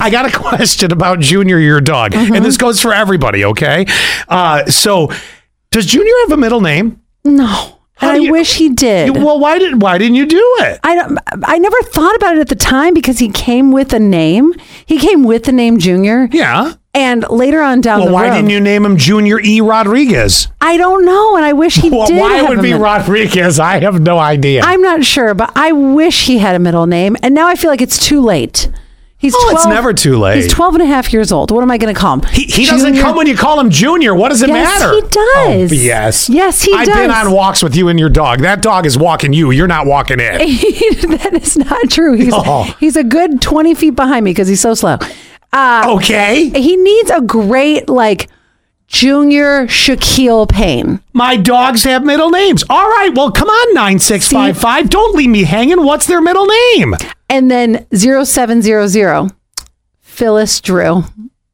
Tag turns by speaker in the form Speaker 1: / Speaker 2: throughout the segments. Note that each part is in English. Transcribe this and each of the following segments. Speaker 1: I got a question about Junior, your dog,
Speaker 2: Mm-hmm.
Speaker 1: and this goes for everybody. Okay, uh, so does Junior have a middle name?
Speaker 2: No.
Speaker 1: How
Speaker 2: and I
Speaker 1: do you-
Speaker 2: wish he did.
Speaker 1: Well, why did why didn't you do it?
Speaker 2: I don't, I never thought about it at the time because he came with a name. He came with the name Junior,
Speaker 1: Yeah.
Speaker 2: and later on down
Speaker 1: Well,
Speaker 2: the
Speaker 1: why
Speaker 2: road,
Speaker 1: didn't you name him Junior E. Rodriguez?
Speaker 2: I don't know, and I wish he
Speaker 1: Well,
Speaker 2: did.
Speaker 1: why
Speaker 2: have
Speaker 1: would
Speaker 2: a
Speaker 1: it be
Speaker 2: middle-
Speaker 1: Rodriguez? I have no idea.
Speaker 2: I'm not sure, but I wish he had a middle name. And now I feel like it's too late. He's
Speaker 1: Oh,
Speaker 2: 12,
Speaker 1: it's never too late.
Speaker 2: He's 12 and a half years old. What am I going to call him?
Speaker 1: He, he doesn't
Speaker 2: Junior-
Speaker 1: come when you call him junior. What does it
Speaker 2: Yes,
Speaker 1: matter?
Speaker 2: he does.
Speaker 1: Oh, yes.
Speaker 2: Yes, he
Speaker 1: I've been
Speaker 2: does.
Speaker 1: on walks with you and your dog. That dog is walking you. You're not walking it.
Speaker 2: that is not true. He's,
Speaker 1: Oh.
Speaker 2: he's a good 20 feet behind me because he's so slow.
Speaker 1: Okay.
Speaker 2: He needs a great, like, junior Shaquille Payne.
Speaker 1: My dogs have middle names. All right. Well, come on, 9655. Don't leave me hanging. What's their middle name?
Speaker 2: And then 0700, Phyllis Drew.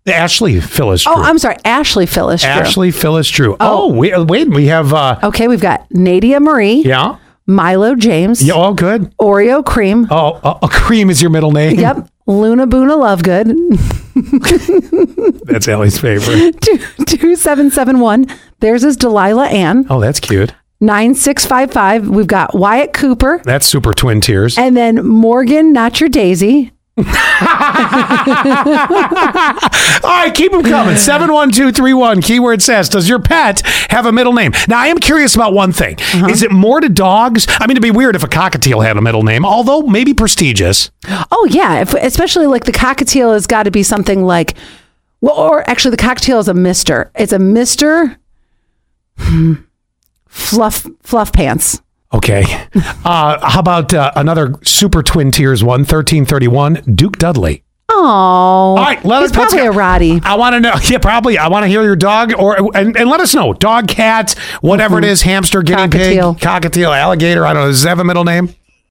Speaker 1: Ashley Phyllis Drew.
Speaker 2: Oh, I'm sorry. Ashley Phyllis
Speaker 1: Ashley Phyllis Drew. Oh, we, wait. We have, uh,
Speaker 2: Drew. Okay, we've got Nadia Marie,
Speaker 1: yeah.
Speaker 2: Milo James,
Speaker 1: Yeah. Oh, good.
Speaker 2: Oreo Cream.
Speaker 1: Oh, uh, uh, Cream is your middle name.
Speaker 2: Yep. Luna Boona Lovegood,
Speaker 1: That's Ellie's favorite.
Speaker 2: 2771. There's his Delilah Ann,
Speaker 1: Oh, that's cute.
Speaker 2: 9655. We've got Wyatt Cooper,
Speaker 1: That's super twin tears.
Speaker 2: and then Morgan, not your Daisy.
Speaker 1: All right, keep them coming. 71231, keyword says, does your pet have a middle name? Now, I am curious about one thing.
Speaker 2: Uh-huh.
Speaker 1: Is it more to dogs? I mean, it'd be weird if a cockatiel had a middle name, although maybe prestigious.
Speaker 2: Oh, yeah. If, especially like the cockatiel has got to be something like, well, or actually, the cockatiel is a mister. It's a mister hmm, fluff, fluff pants.
Speaker 1: Okay. Uh, how about uh, another super twin tiers one, 1331, Duke Dudley?
Speaker 2: Oh.
Speaker 1: All right, let
Speaker 2: He's
Speaker 1: us, let's
Speaker 2: probably
Speaker 1: go.
Speaker 2: a Roddy.
Speaker 1: I want to know. Yeah, probably. I want to hear your dog or and, and let us know. Dog, cat, whatever it is, hamster, guinea
Speaker 2: Mm-hmm. Cockatiel.
Speaker 1: pig, cockatiel, alligator. I don't know. Does it have a middle name?